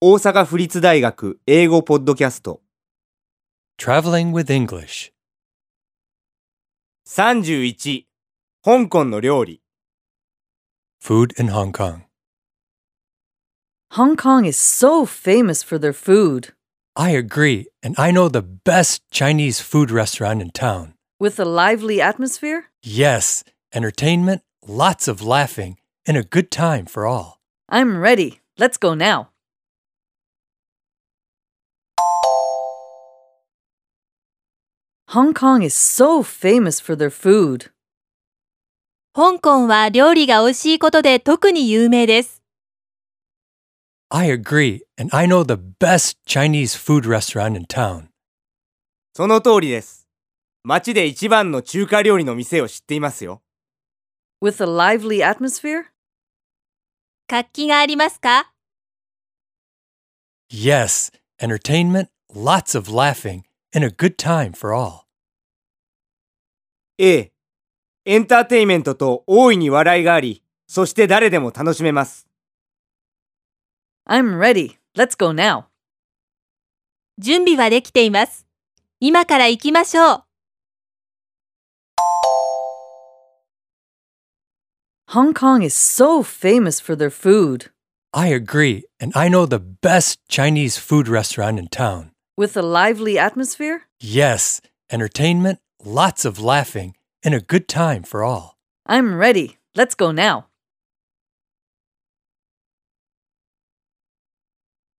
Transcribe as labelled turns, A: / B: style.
A: 大阪府立大学英語ポッドキャスト
B: Traveling with English.
A: 31香港の料理
B: Food in Hong Kong.
C: Hong Kong is so famous for their food,
B: I agree, and I know the best Chinese food restaurant in town.
C: with a lively atmosphere.
B: Yes, entertainment, lots of laughing, and a good time for all.
C: I'm ready. Let's go now. 香港 is so famous for their food.
D: 香港は料理が美味しいことで特に有名です。
B: I agree, and I know the best Chinese food restaurant in town.
A: その通りです町で一番の中華料理の店を知っていますよ
C: With a lively atmosphere?
D: 活気がありますか
B: Yes, entertainment, lots of laughing, and a good time for all.
A: A エンターテインメントと大いに笑いがありそして誰でも楽しめます
C: I'm ready. Let's go now.
D: 準備はできています。今から行きましょう。
C: Hong Kong is so famous for their food.
B: I agree, and I know the best Chinese food restaurant in town.
C: With a lively atmosphere?
B: Yes, entertainment, lots of laughing, and a good time for all.
C: I'm ready. Let's go now.